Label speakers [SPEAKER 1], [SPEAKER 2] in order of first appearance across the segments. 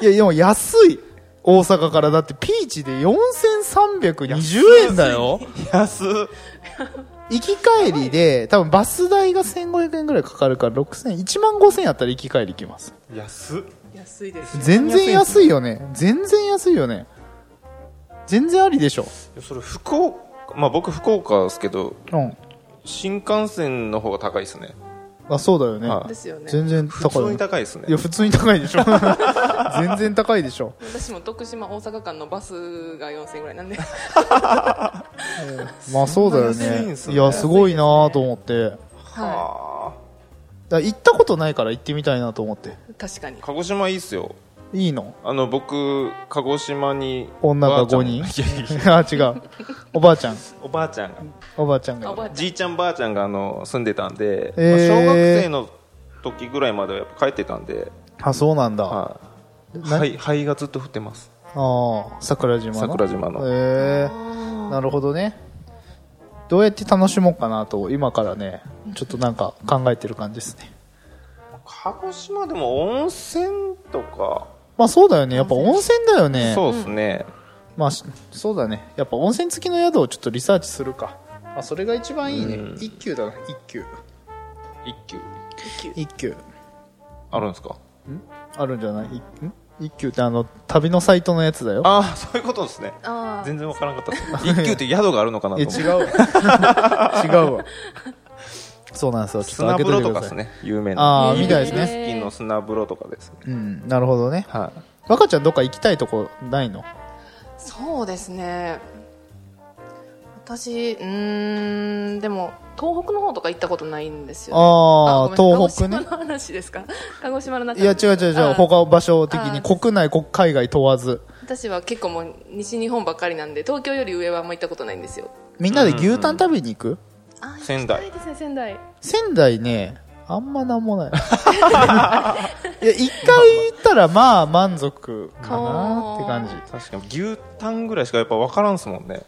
[SPEAKER 1] いや、でも安い。大阪からだってピーチで4320円だよ。
[SPEAKER 2] う安っ
[SPEAKER 1] 行き帰りで、多分バス代が1500円ぐらいかかるから6000、1万5000円やったら行き帰り行きます。
[SPEAKER 2] 安っ
[SPEAKER 3] 安いです。
[SPEAKER 1] 全然安いよね。全然安いよね。全然ありでしょ。
[SPEAKER 2] それ福岡まあ僕福岡ですけど
[SPEAKER 1] うん。
[SPEAKER 2] 新幹線の方が高いですね
[SPEAKER 1] あ、そうだよね。
[SPEAKER 2] はい
[SPEAKER 3] ですよね。
[SPEAKER 1] 全然
[SPEAKER 2] 普
[SPEAKER 1] 高い
[SPEAKER 2] 通に高いですね
[SPEAKER 1] いや普通に高いでし ょ全然高いでしょ
[SPEAKER 3] 私も徳島大阪間のバスが4000円ぐらいなんで。
[SPEAKER 1] まあそうだよ
[SPEAKER 2] そんな安いん
[SPEAKER 1] ね
[SPEAKER 2] す
[SPEAKER 1] い
[SPEAKER 2] ね
[SPEAKER 1] やすごいなと思って
[SPEAKER 3] は
[SPEAKER 2] は
[SPEAKER 1] だ行ったことないから行ってみたいなと思って
[SPEAKER 3] い。確かに
[SPEAKER 2] あ。鹿児島いいっすよ
[SPEAKER 1] いい の
[SPEAKER 2] あの僕鹿児島に
[SPEAKER 1] 女が
[SPEAKER 2] ばあちゃん
[SPEAKER 1] 5人
[SPEAKER 2] いやいや
[SPEAKER 1] あ違うおばあちゃん
[SPEAKER 2] おばあちゃんが
[SPEAKER 1] おばあちゃん
[SPEAKER 3] あお
[SPEAKER 1] が
[SPEAKER 3] ばあち
[SPEAKER 2] じいちゃんばあちゃんがあの住んでたんで、
[SPEAKER 1] えー
[SPEAKER 2] まあ小学生の時ぐらいまではやっぱ帰ってたんで、
[SPEAKER 1] あそうなんだあ
[SPEAKER 2] はい、はい灰がずっと降ってます
[SPEAKER 1] あ桜島の
[SPEAKER 2] 桜島の
[SPEAKER 1] へえ
[SPEAKER 3] ゃん。
[SPEAKER 1] なるほどねどうやって楽しもうかなと今からねちょっとなんか考えてる感じですね
[SPEAKER 2] 鹿児島でも温泉とか、
[SPEAKER 1] まあそうだよねやっぱ温泉だよね
[SPEAKER 2] そうですね、
[SPEAKER 1] まあしそうだねやっぱ温泉付きの宿をちょっとリサーチするか、あ、それが一番いいね
[SPEAKER 2] うん
[SPEAKER 1] 一級だな一級
[SPEAKER 2] 一級
[SPEAKER 1] 一級
[SPEAKER 2] あるんですか
[SPEAKER 1] あるんじゃないいん一級ってあの旅のサイトのやつだよ
[SPEAKER 2] ああそういうことですね
[SPEAKER 3] ああ。
[SPEAKER 2] 全然わからな かったです一級って宿があるのかな
[SPEAKER 1] え
[SPEAKER 2] と
[SPEAKER 1] 違
[SPEAKER 2] 思っ
[SPEAKER 1] う
[SPEAKER 2] て
[SPEAKER 1] わ違うわそうなんですよちょっ
[SPEAKER 2] 砂
[SPEAKER 1] と開けとい
[SPEAKER 2] 風呂
[SPEAKER 1] て
[SPEAKER 2] と
[SPEAKER 1] くだ
[SPEAKER 2] かです
[SPEAKER 1] さい、
[SPEAKER 2] ね有名な
[SPEAKER 1] ああ
[SPEAKER 3] へー
[SPEAKER 1] みたいですね
[SPEAKER 2] 付近の砂風呂とかですね
[SPEAKER 1] うんなるほどね
[SPEAKER 2] はい
[SPEAKER 1] 若ちゃんどっか行きたいとこないの
[SPEAKER 3] そうですね。私、うーん、でも、東北の方とか行ったことないんですよね。
[SPEAKER 1] ああ
[SPEAKER 3] ごめん
[SPEAKER 1] 東北ね
[SPEAKER 3] 鹿児島の話ですか鹿児島の中
[SPEAKER 1] いや違う違う違う
[SPEAKER 3] あ
[SPEAKER 1] 他場所的に
[SPEAKER 3] あー
[SPEAKER 1] 国内国海外問わず
[SPEAKER 3] 私は結構もう西日本ばっかりなんで、東京より上はあんま行ったことないんですよ。
[SPEAKER 1] みんなで牛タン食べに行く、
[SPEAKER 3] あー
[SPEAKER 2] 仙台
[SPEAKER 3] 行きたいですね、仙台。
[SPEAKER 1] 仙台ね、あんまなんもない。 いや、一回行ったらまあ満足かなって感じ。
[SPEAKER 2] 確かに牛タンぐらいしかやっぱわからんすもんね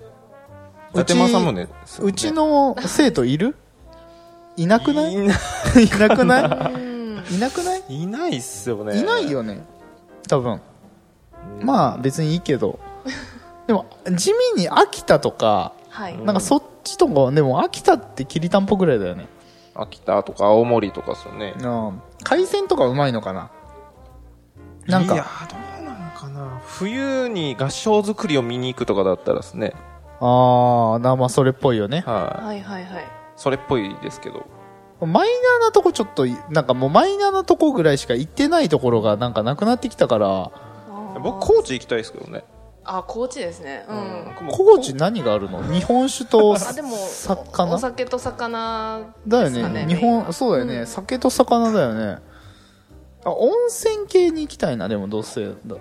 [SPEAKER 2] 伊達政宗ですよね
[SPEAKER 1] うちの生徒いるいなくない い
[SPEAKER 2] いな
[SPEAKER 1] なくな
[SPEAKER 3] うん。
[SPEAKER 1] いいなくない
[SPEAKER 2] いないっすよね
[SPEAKER 1] いないよね。多分。まあ別にいいけど。でも、地味に秋田とか、
[SPEAKER 3] はい。
[SPEAKER 1] なんかそっちとか、でも秋田ってきりたんぽぐらいだよね。
[SPEAKER 2] 秋田とか青森とかっすよね
[SPEAKER 1] うん海鮮とかうまいのかななん
[SPEAKER 2] いや
[SPEAKER 1] か、
[SPEAKER 2] ーどうなのかな冬に合掌造りを見に行くとかだったらですね
[SPEAKER 1] ああ、なまあそれっぽいよね。
[SPEAKER 2] はい、
[SPEAKER 3] はいはいはい。
[SPEAKER 2] それっぽいですけど
[SPEAKER 1] マイナーなとこちょっとい、なんかもうマイナーなとこぐらいしか行ってないところがなんかなくなってきたから、
[SPEAKER 3] あー
[SPEAKER 2] 僕高知行きたいですけどね、
[SPEAKER 3] あ、高知ですね。うん。
[SPEAKER 2] 僕も
[SPEAKER 1] 高知何があるの日本酒と
[SPEAKER 3] あ、でも、お
[SPEAKER 1] 魚
[SPEAKER 3] 酒と魚
[SPEAKER 1] だよ
[SPEAKER 3] ですか
[SPEAKER 1] ね。
[SPEAKER 3] ね
[SPEAKER 1] 日本、そうだよね、酒と魚だよね。あ、温泉系に行きたいな、でもどうせだったら。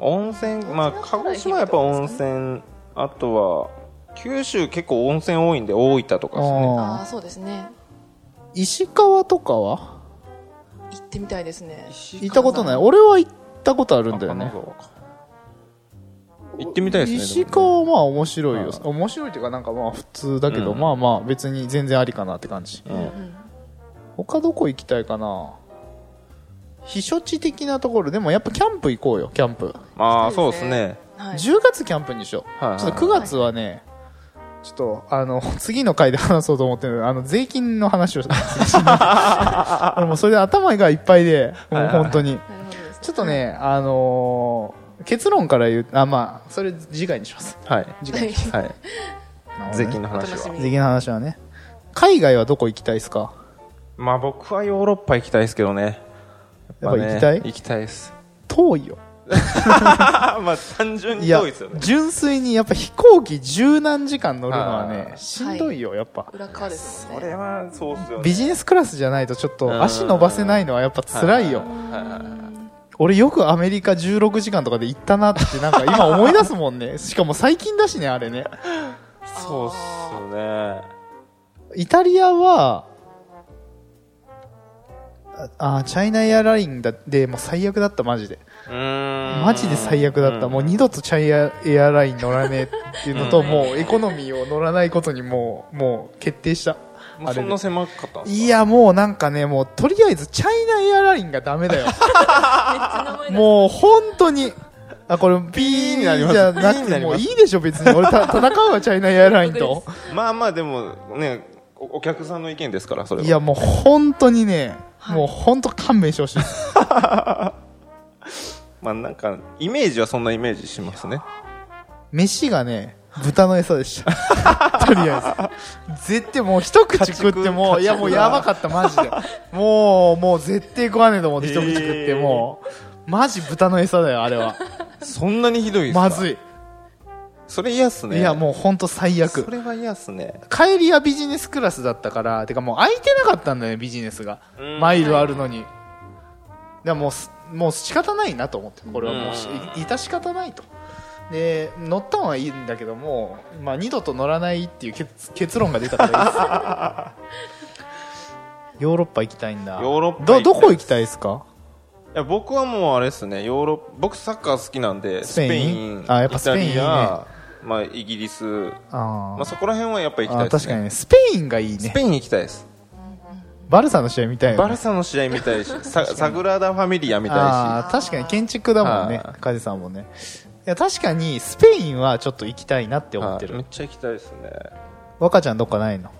[SPEAKER 2] 温泉まあ鹿児島はやっぱ温泉あとは九州結構温泉多いんで大分とかですね
[SPEAKER 3] あ
[SPEAKER 1] あ
[SPEAKER 3] あ、
[SPEAKER 1] ー
[SPEAKER 3] そうですね。
[SPEAKER 1] 石川とかは
[SPEAKER 3] 行ってみたいですね。
[SPEAKER 1] 行ったことない。俺は行ったことあるんだよ
[SPEAKER 2] 金
[SPEAKER 1] ね。
[SPEAKER 2] 沢か行ってみたいですね
[SPEAKER 1] 石川はまあ面白いよ
[SPEAKER 2] あ。ー
[SPEAKER 1] 面白いっていうかなんかまあ普通だけど、
[SPEAKER 2] うん
[SPEAKER 1] まあまあ別に全然ありかなって感じ。
[SPEAKER 2] でもねうん
[SPEAKER 1] 他どこ行きたいかな避暑地的なところでもやっぱキャンプ行こうよキャンプ、
[SPEAKER 2] まあそ
[SPEAKER 3] そう
[SPEAKER 2] で
[SPEAKER 3] うですす
[SPEAKER 2] ね
[SPEAKER 3] ねはい。
[SPEAKER 1] 10月キャンプにしよう、
[SPEAKER 2] はいはい
[SPEAKER 1] ちょっと9月はね、ちょっとあの次の回で話そうと思ってるのであの税金の話を 俺もうそれで頭がいっぱいでもう本当に
[SPEAKER 3] なるほどですね。
[SPEAKER 1] ちょっとねあのー結論から言うあまあそれ次回にします
[SPEAKER 2] はい
[SPEAKER 1] 次回にし
[SPEAKER 2] はい税金の
[SPEAKER 3] お楽
[SPEAKER 2] 話
[SPEAKER 3] し
[SPEAKER 2] は
[SPEAKER 3] み
[SPEAKER 1] ます税金の話はね海外はどこ行きたいですか
[SPEAKER 2] まあ僕はヨーロッパ行きたいですけどね。
[SPEAKER 1] やっぱ
[SPEAKER 2] ね
[SPEAKER 1] 行きたい
[SPEAKER 2] 行きたいです。
[SPEAKER 1] 遠いよ。
[SPEAKER 2] あ まあ単純に遠いですよね。
[SPEAKER 1] 純粋にやっぱ飛行機十何時間乗るのはね
[SPEAKER 2] あ、ー
[SPEAKER 1] しんどいよ、やっぱ。
[SPEAKER 3] 裏側ですも
[SPEAKER 2] そ
[SPEAKER 3] んね
[SPEAKER 2] れはそうっすよね。
[SPEAKER 1] ビジネスクラスじゃないとちょっ
[SPEAKER 2] うん
[SPEAKER 1] と足伸ばせないのはやっぱ辛いよ。
[SPEAKER 2] はいはいはい
[SPEAKER 1] 俺よくアメリカ16時間とかで行ったなってなんか今思い出すもん ね。しかも最近だしね、あれね。
[SPEAKER 2] そうっすね。
[SPEAKER 1] イタリアは、ああ、チャイナエアラインだでもう最悪だった、マジで。
[SPEAKER 2] うーん
[SPEAKER 1] マジで最悪だった。もう二度とチャイナエアライン乗らねえっていうのと、もうエコノミーを乗らないことにもう、もう決定した。
[SPEAKER 2] もうそんな狭かったんすか
[SPEAKER 1] いや、もうなんかね、もうとりあえずチャイナエアラインがダメ だよ。もう本当に。あ、これ、ピー
[SPEAKER 2] になります
[SPEAKER 1] じゃな
[SPEAKER 2] ピー
[SPEAKER 1] く
[SPEAKER 2] にな
[SPEAKER 1] て、
[SPEAKER 2] り
[SPEAKER 1] も
[SPEAKER 2] ま
[SPEAKER 1] う
[SPEAKER 2] す
[SPEAKER 1] いいでしょ、別に。俺、た戦うわ、チャイナエアラインと。
[SPEAKER 2] まあまあでもね、おお客さんの意見ですから、それは。
[SPEAKER 1] いや、もう本当にね、
[SPEAKER 3] はい
[SPEAKER 1] もう本当勘弁してほしいです。
[SPEAKER 2] まあなんか、イメージはそんなイメージしますね。
[SPEAKER 1] 飯がね、豚の餌でした。 とりあえず。絶対もう一口食っても、
[SPEAKER 2] 家畜
[SPEAKER 1] いやもう
[SPEAKER 2] 家畜だ
[SPEAKER 1] やばかった、マジで。もう、もう絶対食わねえと思って一口食って、もう、マジ豚の餌だよ、あれは。
[SPEAKER 2] そんなにひどいですか
[SPEAKER 1] まずい。
[SPEAKER 2] それ嫌っすね。
[SPEAKER 1] いや、もう本当最悪
[SPEAKER 2] そ。れは嫌っすね。
[SPEAKER 1] 帰りはビジネスクラスだったから、てかもう空いてなかったんだよね、ビジネスが
[SPEAKER 2] うん。
[SPEAKER 1] マイルあるのに。でもうす、もう仕方ないなと思って、これはもうし
[SPEAKER 2] う、
[SPEAKER 1] いた仕方ないと。で、乗ったのはいいんだけども、まあ二度と乗らないっていう結結論が出たからい いです。ヨーロッパ行きたいんだ。
[SPEAKER 2] ヨーロッパ行きたい
[SPEAKER 1] ど、どこ行きたいですか
[SPEAKER 2] いや僕はもうあれですね、ヨーロッ僕サッカー好きなんで、
[SPEAKER 1] ス
[SPEAKER 2] ス
[SPEAKER 1] ペ
[SPEAKER 2] ペ
[SPEAKER 1] イ
[SPEAKER 2] イ
[SPEAKER 1] ン
[SPEAKER 2] ン、
[SPEAKER 1] あやっぱスペインいいね
[SPEAKER 2] イタリア、まあイギリス、
[SPEAKER 1] あ
[SPEAKER 2] ま
[SPEAKER 1] ー
[SPEAKER 2] あそこら辺はやっぱ行き
[SPEAKER 1] あ
[SPEAKER 2] た
[SPEAKER 1] ー、
[SPEAKER 2] いで
[SPEAKER 1] 確
[SPEAKER 2] す
[SPEAKER 1] かに
[SPEAKER 2] ね。
[SPEAKER 1] ね、スペインがいい
[SPEAKER 2] ス
[SPEAKER 1] ね
[SPEAKER 2] ペ。イン行きたいです。
[SPEAKER 1] バルサの試合見たいよね。
[SPEAKER 2] バルサの試合見たいし、ササグラダ・ファミリア見たい
[SPEAKER 1] ああー確かに建築だもんね
[SPEAKER 2] は
[SPEAKER 1] カジさんもねいや確かにスペインはちょっと行きたいなって
[SPEAKER 2] し、
[SPEAKER 1] 思って
[SPEAKER 2] はいめ
[SPEAKER 1] る
[SPEAKER 2] っちゃ行きたいですね。
[SPEAKER 1] 若ちゃんどっかないの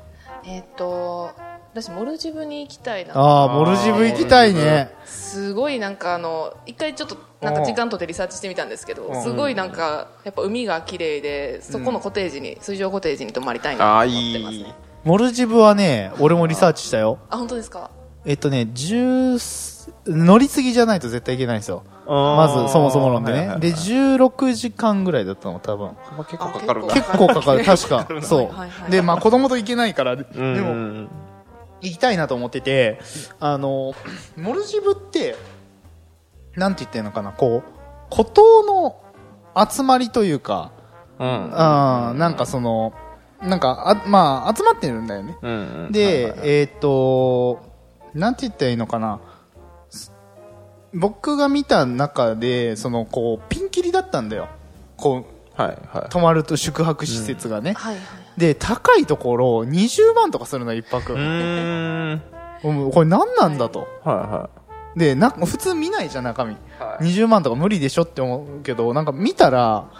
[SPEAKER 3] えーっと私モルジブに行きたいな
[SPEAKER 1] ああ
[SPEAKER 2] ー
[SPEAKER 1] モルジブ行きたいね
[SPEAKER 3] すごいなんかあの一回ちょっとなんか時間取ってリサーチしてみたんですけどすごいなんかやっぱ海が綺麗でそこのコテージに水上コテージに泊まりたい
[SPEAKER 2] あ
[SPEAKER 3] な
[SPEAKER 2] あ
[SPEAKER 3] と
[SPEAKER 2] ー、
[SPEAKER 3] 思ってます
[SPEAKER 2] い
[SPEAKER 3] ね
[SPEAKER 2] い。
[SPEAKER 1] モルジブはね俺もリサーチしたよ
[SPEAKER 3] あ本当ですか
[SPEAKER 1] えっとね10乗り継ぎじゃないと絶対行けないんですよまずそもそも論でね、
[SPEAKER 2] はいはいはい
[SPEAKER 1] で16時間ぐらいだったの多分
[SPEAKER 2] まあ結構かかるな。
[SPEAKER 3] あ
[SPEAKER 1] 結構か かる確かそう、
[SPEAKER 3] はいはい
[SPEAKER 1] でまあ子供と行けないからで
[SPEAKER 2] うん
[SPEAKER 1] でも行きたいなと思ってて、あの、モルジブって、なんて言ってんのかな、こう、孤島の集まりというか、
[SPEAKER 2] うん。
[SPEAKER 1] あーなんかその、なんか、あまあ、集まってるんだよね。
[SPEAKER 2] うんうん
[SPEAKER 1] で、えーっ、と、なんて言ったらいいのかな、す僕が見た中で、その、こう、ピンキリだったんだよ。こう、
[SPEAKER 2] はいは
[SPEAKER 1] 泊まると宿泊施設がね。
[SPEAKER 3] はいはい
[SPEAKER 1] で、高いところ、20万とかするの、一泊。
[SPEAKER 2] い。うーん。
[SPEAKER 1] もうこれ何なんだと。
[SPEAKER 2] は
[SPEAKER 1] でな普通見ないじゃん中身、
[SPEAKER 2] はい
[SPEAKER 1] 20万とか無理でしょって思うけどなんか見たら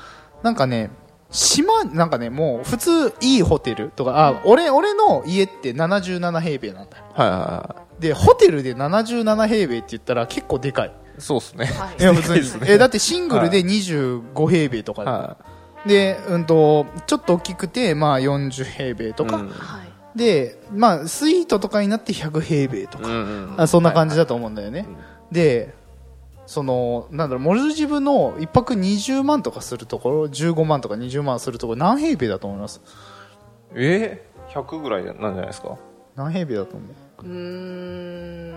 [SPEAKER 1] なんかね島なんかねもう普通いいホテルとかあ俺俺の家って77平米なんだよ
[SPEAKER 2] いはい。はいは
[SPEAKER 1] でホテルで77平米って言ったら結構で かい
[SPEAKER 2] い。そうっすね。
[SPEAKER 3] はい
[SPEAKER 1] いや普通に、
[SPEAKER 2] ね
[SPEAKER 1] えだってシングルで25平米とかだよ、
[SPEAKER 2] は
[SPEAKER 1] で、うん、とちょっと大きくて、まあ、40平米
[SPEAKER 2] い。
[SPEAKER 1] とか、
[SPEAKER 2] うん
[SPEAKER 3] はい
[SPEAKER 1] で、まあ、スイートとかになって100平米とか、
[SPEAKER 2] うんうん
[SPEAKER 1] あそんな感じだと思うんだよね、
[SPEAKER 2] いはい
[SPEAKER 1] でそのなんだろうモルジブの1泊20万とかするところ15万とか20万するところ何平米だと思います
[SPEAKER 2] え100ぐらいなんじゃないですか
[SPEAKER 1] 何平米だと思う
[SPEAKER 3] うーん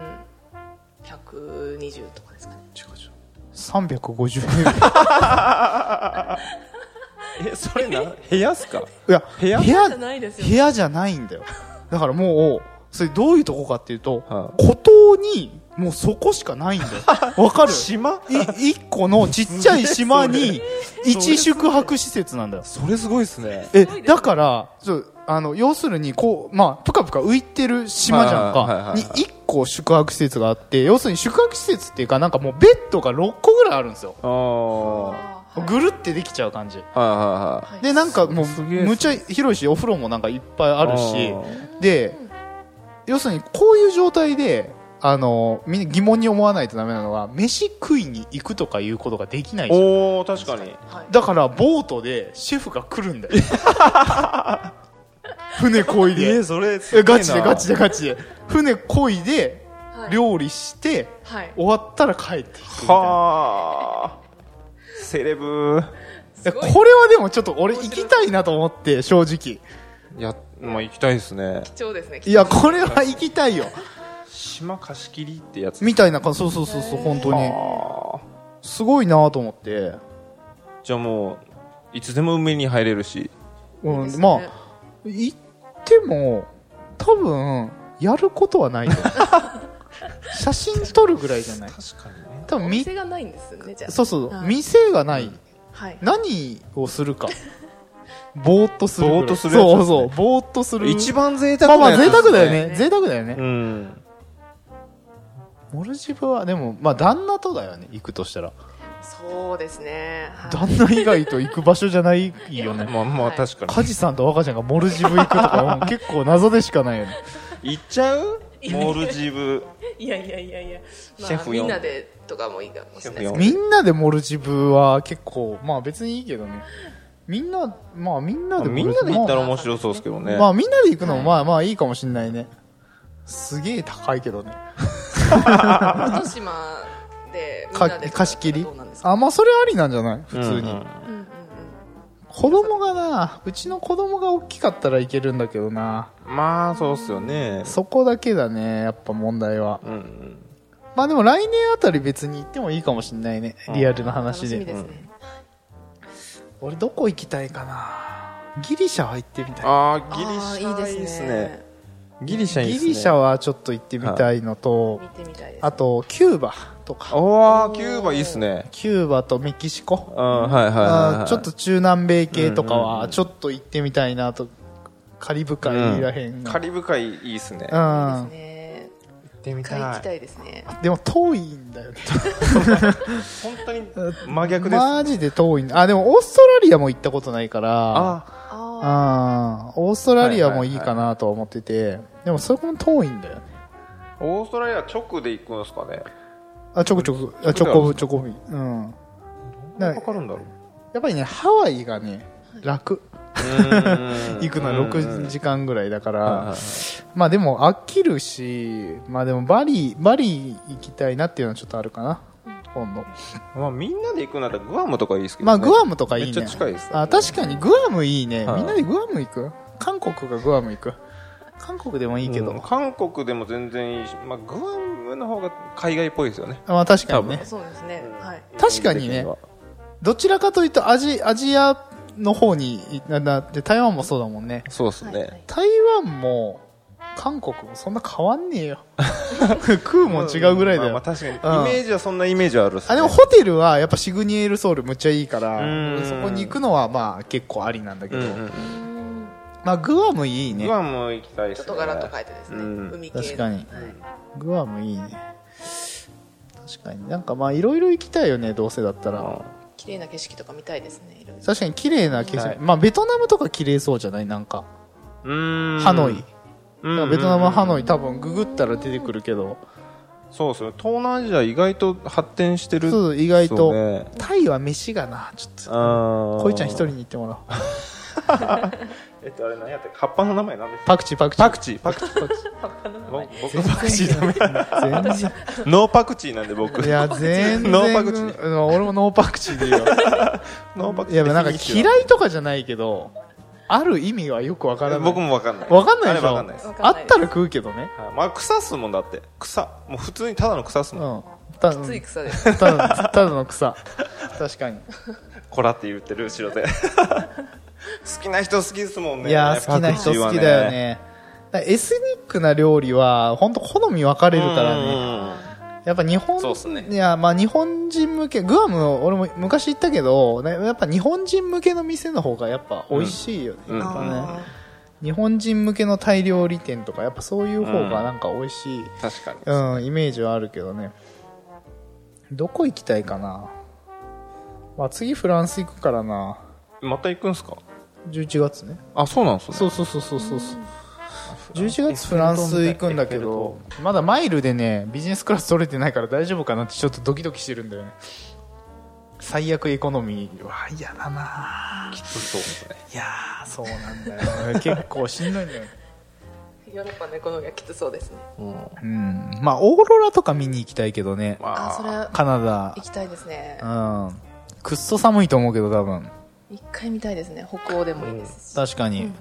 [SPEAKER 3] 120とかですかね
[SPEAKER 1] 350平 米
[SPEAKER 2] えそれな部屋っすか
[SPEAKER 1] いや
[SPEAKER 2] 部屋
[SPEAKER 1] 部屋
[SPEAKER 3] じゃないですよ
[SPEAKER 1] 部屋じゃないんだよだからもうそれどういうとこかっていうと、
[SPEAKER 2] は
[SPEAKER 1] 孤島にもうそこしかない んだよわかる
[SPEAKER 2] 島
[SPEAKER 1] い一個のちっちゃい島に一宿泊施設なんだよ
[SPEAKER 2] それすごいっすね
[SPEAKER 1] え、だから、そう、あの、要するに、こう、まあ、ぷかぷか浮いてる島じゃん
[SPEAKER 2] はいはい
[SPEAKER 1] か
[SPEAKER 2] は、い
[SPEAKER 1] に
[SPEAKER 2] はい
[SPEAKER 1] 1個宿泊施設があって、要するに宿泊施設っていうか、なんかもうベッドが6個ぐらいあるんですよ。
[SPEAKER 2] ああはい
[SPEAKER 3] あー
[SPEAKER 1] ぐるってできちゃう感じ。
[SPEAKER 2] は
[SPEAKER 3] はい
[SPEAKER 1] で、なんかもう、
[SPEAKER 2] すげえっす
[SPEAKER 1] むちゃ広いし、お風呂もなんかいっぱいあるし
[SPEAKER 2] あ、
[SPEAKER 1] で、要するに、こういう状態で、あの、みんな疑問に思わないとダメなのが、飯食いに行くとかいうことができない
[SPEAKER 2] い
[SPEAKER 1] じゃん
[SPEAKER 2] はいおお確かに
[SPEAKER 3] はい
[SPEAKER 1] だからボートでシェフが来るんだよ船こい
[SPEAKER 2] え
[SPEAKER 1] で
[SPEAKER 2] ー、それすげ
[SPEAKER 1] え
[SPEAKER 2] えな
[SPEAKER 1] ガチでガチでガチで船こいで
[SPEAKER 3] はい
[SPEAKER 1] 料理して
[SPEAKER 3] はい
[SPEAKER 1] 終わったら帰っていくみたいな
[SPEAKER 2] はあセレブ
[SPEAKER 1] えこれはでもちょっと俺行きたいなと思って正直
[SPEAKER 2] いやまあ行きたいですね
[SPEAKER 3] 貴重ですね
[SPEAKER 1] いやこれは行きたいよ
[SPEAKER 2] 島貸し切りってやつ
[SPEAKER 1] みたいな感じそうそうそうそう本当に
[SPEAKER 2] あー
[SPEAKER 1] すごいなと思って、
[SPEAKER 2] じゃあもういつでも海に入れるし
[SPEAKER 1] うん
[SPEAKER 3] ですね
[SPEAKER 1] まあ行っても多分やることはないと 思う写真撮るぐらいじゃない
[SPEAKER 2] 確かにね
[SPEAKER 1] 多
[SPEAKER 3] お
[SPEAKER 1] 分み
[SPEAKER 3] 店がないんですよねじゃあ
[SPEAKER 1] そうそう、
[SPEAKER 3] はい
[SPEAKER 1] 店がない、
[SPEAKER 3] はい
[SPEAKER 1] 何をするかぼーっとするぐらい
[SPEAKER 2] ぼーっとするやつ
[SPEAKER 1] そうそうぼーっとする
[SPEAKER 2] 一番贅
[SPEAKER 1] ま
[SPEAKER 2] 沢
[SPEAKER 1] あま
[SPEAKER 2] な
[SPEAKER 1] あ
[SPEAKER 2] や
[SPEAKER 1] 贅
[SPEAKER 2] つ
[SPEAKER 1] 沢だよ
[SPEAKER 2] ね
[SPEAKER 1] ね贅沢だよね、
[SPEAKER 2] うん
[SPEAKER 1] モルジブはでもまあ旦那とだよね行くとしたら
[SPEAKER 3] そうですねはい
[SPEAKER 1] 旦那以外と行く場所じゃないよね
[SPEAKER 2] まあまあ
[SPEAKER 3] はい
[SPEAKER 2] 確かに
[SPEAKER 1] カジさんと若ちゃんがモルジブ行くとか うん結構謎でしかないよね
[SPEAKER 2] 行っちゃうモルジブ
[SPEAKER 3] いやいやいやいや、ま
[SPEAKER 2] シェフ呼
[SPEAKER 3] あ、
[SPEAKER 2] ん
[SPEAKER 3] みんなでとかもいいかもしれないです
[SPEAKER 1] みんなでモルジブは結構まあ別にいいけどねみんなまあみんなで
[SPEAKER 2] みんなで行ったら
[SPEAKER 1] も
[SPEAKER 2] 面白そうですけどね、
[SPEAKER 1] まあみんなで行くのもまあまあいいかもしんないねすげえ高いけどね
[SPEAKER 3] けど、一島でみん
[SPEAKER 1] か
[SPEAKER 3] なで
[SPEAKER 1] 貸し切り
[SPEAKER 3] どうなんですか
[SPEAKER 1] あまあそれありなんじゃない普通に、
[SPEAKER 2] うんうん
[SPEAKER 3] うんうんうん
[SPEAKER 1] 子供がなうちの子供が大きかったらいけるんだけどな
[SPEAKER 2] まあそうっすよね
[SPEAKER 1] そこだけだねやっぱ問題は
[SPEAKER 2] うんうん
[SPEAKER 1] まあでも来年あたり別に行ってもいいかもしんないね
[SPEAKER 2] うん
[SPEAKER 1] リアルな
[SPEAKER 3] 楽
[SPEAKER 1] 話
[SPEAKER 3] しみ
[SPEAKER 1] で
[SPEAKER 3] ですね。
[SPEAKER 1] 俺どこ行きたいかなギリシャは行ってみたい
[SPEAKER 2] ああギリ
[SPEAKER 3] あ
[SPEAKER 2] シ
[SPEAKER 3] ー
[SPEAKER 2] ャいいですね。ギリシャいいですね
[SPEAKER 1] ギリシャはちょっと行ってみたいのと、
[SPEAKER 3] 見てみたいです。
[SPEAKER 1] あとキューバとか
[SPEAKER 2] おーキューバいいっすね
[SPEAKER 1] キューバとメキシコ
[SPEAKER 2] うんはいはいはいは
[SPEAKER 1] あー
[SPEAKER 2] い
[SPEAKER 1] ちょっと中南米系とか
[SPEAKER 2] うんうんう
[SPEAKER 1] は
[SPEAKER 2] ん
[SPEAKER 1] ちょっと行ってみたいなとカリブ海らへんが
[SPEAKER 2] カリブ海いいっすね行
[SPEAKER 1] う
[SPEAKER 3] いい
[SPEAKER 1] ん
[SPEAKER 3] ですね。
[SPEAKER 2] ってみ
[SPEAKER 3] 一
[SPEAKER 2] た
[SPEAKER 3] 回行きた
[SPEAKER 2] い
[SPEAKER 3] いですね。
[SPEAKER 1] でも遠いんだよね
[SPEAKER 2] 本当に真逆です
[SPEAKER 1] マジで遠いんだあでもオーストラリアも行ったことないから
[SPEAKER 2] あ
[SPEAKER 3] あ
[SPEAKER 1] あーオーストラリアもいいかなとは思ってて、でもそこも遠いんだよね
[SPEAKER 2] オーストラリア直で行くんですかね
[SPEAKER 1] あちょこちょこあちょこぶちょこぶうんだ
[SPEAKER 2] か
[SPEAKER 1] か
[SPEAKER 2] かるんだろう
[SPEAKER 1] らやっぱりねハワイがね楽 行
[SPEAKER 2] 行
[SPEAKER 1] くのは6時間ぐらいだから、
[SPEAKER 2] 間
[SPEAKER 1] まあでも飽きるし、まあでもバリ、バリ行きたいなっていうのはちょっとあるかな。今度。
[SPEAKER 2] まあみんなで行くならグアムとかいいですけど
[SPEAKER 1] まあグア
[SPEAKER 2] ム
[SPEAKER 1] ムとかいいね。
[SPEAKER 2] めっちゃ近いですね
[SPEAKER 1] あ、確かにグアムいいね。
[SPEAKER 2] はい
[SPEAKER 1] みんなでグアム行く韓国がグアム行く。韓国でもいいけど。
[SPEAKER 2] 韓国でも全然いいしまあグアムの方が海外っぽいですよね
[SPEAKER 1] まあ確かにね
[SPEAKER 3] あ、。そうですね。はい。
[SPEAKER 1] 確かにねどちらかというとアジ、アジアの方に、ななで台湾もそうだもんね。
[SPEAKER 2] そうですね、
[SPEAKER 3] はいはい
[SPEAKER 1] 台湾も、韓国もそんな変わんねえよ。食うもん違うぐらいだよ。
[SPEAKER 2] まあ、まあ確
[SPEAKER 1] う
[SPEAKER 2] か
[SPEAKER 1] ん
[SPEAKER 2] にイメージはそんなイメージはあるっす、ね、
[SPEAKER 1] あでもホテルはやっぱシグニエルソウルむっちゃいいから
[SPEAKER 2] うん
[SPEAKER 1] そこに行くのはまあ結構ありなんだけ
[SPEAKER 2] う
[SPEAKER 1] ど、
[SPEAKER 2] んうん
[SPEAKER 1] まあグアムいいね
[SPEAKER 2] グアムも行きたいっす
[SPEAKER 3] ちょ
[SPEAKER 2] ね
[SPEAKER 3] っとガラッと変えてですね。
[SPEAKER 2] うん
[SPEAKER 3] 海系の
[SPEAKER 1] 確かに
[SPEAKER 3] はい
[SPEAKER 1] グアムいいね確かになんかまあいろいろ行きたいよねどうせだったら
[SPEAKER 3] 綺麗な景色とか見たいですね。いろいろ
[SPEAKER 1] 確かに綺麗な景色、
[SPEAKER 2] はい
[SPEAKER 1] まあベトナムとか綺麗そうじゃないなんか
[SPEAKER 2] うん
[SPEAKER 1] ハノイ、
[SPEAKER 2] うんうんうん
[SPEAKER 1] ベトナムハノイ多分ググったら出てくるけど、
[SPEAKER 2] そうそう東南アジア意外と発展してる
[SPEAKER 1] そう意外と、
[SPEAKER 2] そうね
[SPEAKER 1] タイは飯がなちょっと
[SPEAKER 2] あー
[SPEAKER 1] こいちゃん一人に行ってもらおう
[SPEAKER 2] えっとあれ何やったっけ葉っぱの名前何でした
[SPEAKER 1] パクチーパクチー
[SPEAKER 2] パクチーパクチーぼ僕パクチーダメ
[SPEAKER 1] 全然
[SPEAKER 2] ノーパクチーなんで僕
[SPEAKER 1] いや、全然。
[SPEAKER 2] ノーパクチー
[SPEAKER 1] うん俺もノーパクチーでいいよ。
[SPEAKER 2] ノーパク
[SPEAKER 1] い
[SPEAKER 2] チー
[SPEAKER 1] や、なんか嫌いとかじゃないけど、ある意味はよくわからない。
[SPEAKER 2] 僕もわかんない
[SPEAKER 1] わかんないでしょ
[SPEAKER 2] あれわかんないです
[SPEAKER 3] わ
[SPEAKER 2] は
[SPEAKER 3] かん
[SPEAKER 1] あ
[SPEAKER 3] な
[SPEAKER 1] っ
[SPEAKER 3] いです
[SPEAKER 1] たら食うけどね。
[SPEAKER 2] いまあ草っすもんだって草もう普通にただの草っす
[SPEAKER 1] う
[SPEAKER 2] もん
[SPEAKER 1] ん。た
[SPEAKER 3] つい草 です。
[SPEAKER 1] ただただの草。確かに。
[SPEAKER 2] コラって言ってる後ろで 好きな人好きですもんね
[SPEAKER 1] いや、好きな人好きだよね。だからエスニックな料理は、本当好み分か
[SPEAKER 2] パクチ
[SPEAKER 1] れ
[SPEAKER 2] ーは
[SPEAKER 1] るからね。やっぱ日本、
[SPEAKER 2] そうっすね
[SPEAKER 1] いや、まあ日本人向け、グアム、俺も昔行ったけど、ね、やっぱ日本人向けの店の方がやっぱ美味しいよね。
[SPEAKER 2] うんうん
[SPEAKER 1] やっぱね。
[SPEAKER 3] あ
[SPEAKER 1] 日本人向けのタイ料理店とかやっぱそういう方がなんか美味しい、
[SPEAKER 2] うん確かに
[SPEAKER 1] うんイメージはあるけどねどこ行きたいかな、まあ、次フランス行くからな
[SPEAKER 2] また行くんすか
[SPEAKER 1] 11月ね
[SPEAKER 2] あそうなんすね
[SPEAKER 1] そうそうそうそうそうそう11月フランス行くんだけどまだマイルでねビジネスクラス取れてないから大丈夫かなってちょっとドキドキしてるんだよね最悪エコノミーは嫌だな
[SPEAKER 2] きつそうですね
[SPEAKER 1] いやーそうなんだよ 結構しんどいんだよ
[SPEAKER 3] ヨーロッパのエコノミーはきつそうですね
[SPEAKER 2] うん
[SPEAKER 1] うんまあオーロラとか見に行きたいけどね
[SPEAKER 3] あそれは
[SPEAKER 1] カナダ
[SPEAKER 3] 行きたいですね
[SPEAKER 1] うんくっそ寒いと思うけど多分
[SPEAKER 3] 一回見たいですね北欧でもいいですし、
[SPEAKER 1] 確かに、
[SPEAKER 3] うんうん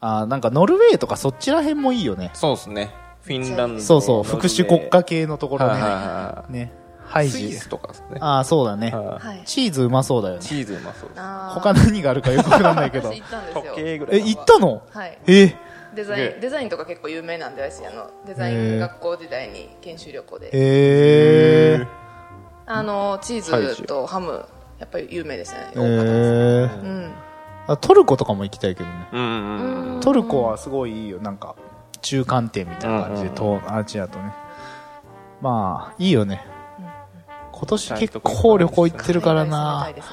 [SPEAKER 1] あーなんかノルウェーとかそっちらへんもいいよね
[SPEAKER 2] そうですねフィンランド
[SPEAKER 1] そうそう福祉国家系のところね、
[SPEAKER 2] はいはいは
[SPEAKER 1] ねハイ
[SPEAKER 2] いスイ
[SPEAKER 1] ジ
[SPEAKER 2] スとかですね
[SPEAKER 1] ああそうだね、
[SPEAKER 2] はい
[SPEAKER 3] はい
[SPEAKER 1] チーズうまそうだよね
[SPEAKER 2] チーズうまそうです
[SPEAKER 3] あー
[SPEAKER 1] 他何があるかよくわかんないけ ど
[SPEAKER 3] 私行ったんです
[SPEAKER 2] 時
[SPEAKER 3] よ
[SPEAKER 2] 計ぐら
[SPEAKER 1] え
[SPEAKER 2] い
[SPEAKER 1] 行ったの
[SPEAKER 3] はい
[SPEAKER 1] えー
[SPEAKER 3] デザ
[SPEAKER 2] す
[SPEAKER 3] イ
[SPEAKER 2] げえ
[SPEAKER 3] ンデザインとか結構有名なんで私あのデザ
[SPEAKER 1] へ
[SPEAKER 3] イ
[SPEAKER 1] ー
[SPEAKER 3] ン学校時代に研修旅行で
[SPEAKER 1] えー、
[SPEAKER 3] あのチ
[SPEAKER 2] ハイ
[SPEAKER 3] ー
[SPEAKER 2] ジ
[SPEAKER 3] ズとハムやっぱり有名でしたね
[SPEAKER 1] え
[SPEAKER 3] 多かったです
[SPEAKER 1] ー
[SPEAKER 3] うん
[SPEAKER 1] あトルコとかも行きたいけどね
[SPEAKER 2] うんうんうん
[SPEAKER 3] うん
[SPEAKER 1] トルコはすごいいいよなんか中間点みたいな感じで、
[SPEAKER 2] うんうん
[SPEAKER 1] 東アジアとねまあいいよね、今年結構旅行行ってるからな
[SPEAKER 3] 海外住みたいですね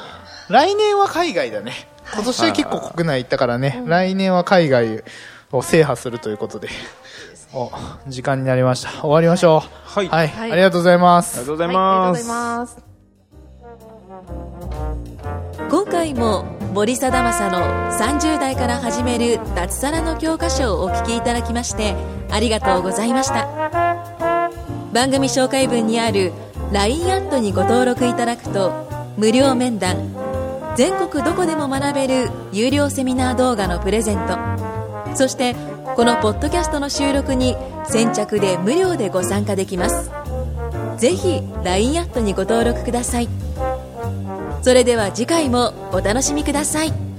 [SPEAKER 1] 来年は海外だね今年は結構国内行ったからね、来年は海外を制覇するということで、お時間になりました終わりましょう
[SPEAKER 2] はいあ
[SPEAKER 1] はい、
[SPEAKER 3] はい
[SPEAKER 1] ありがとうございま
[SPEAKER 2] りが
[SPEAKER 1] す
[SPEAKER 2] とうござい
[SPEAKER 3] はいありがとう
[SPEAKER 2] ま
[SPEAKER 3] ござい
[SPEAKER 2] す
[SPEAKER 3] ます
[SPEAKER 4] 今回も森貞正の30代から始める脱サラの教科書をお聞きいただきましてありがとうございました番組紹介文にある LINE アットにご登録いただくと無料面談全国どこでも学べる有料セミナー動画のプレゼントそしてこのポッドキャストの収録に先着で無料でご参加できますぜひ LINE アットにご登録くださいそれでは次回もお楽しみください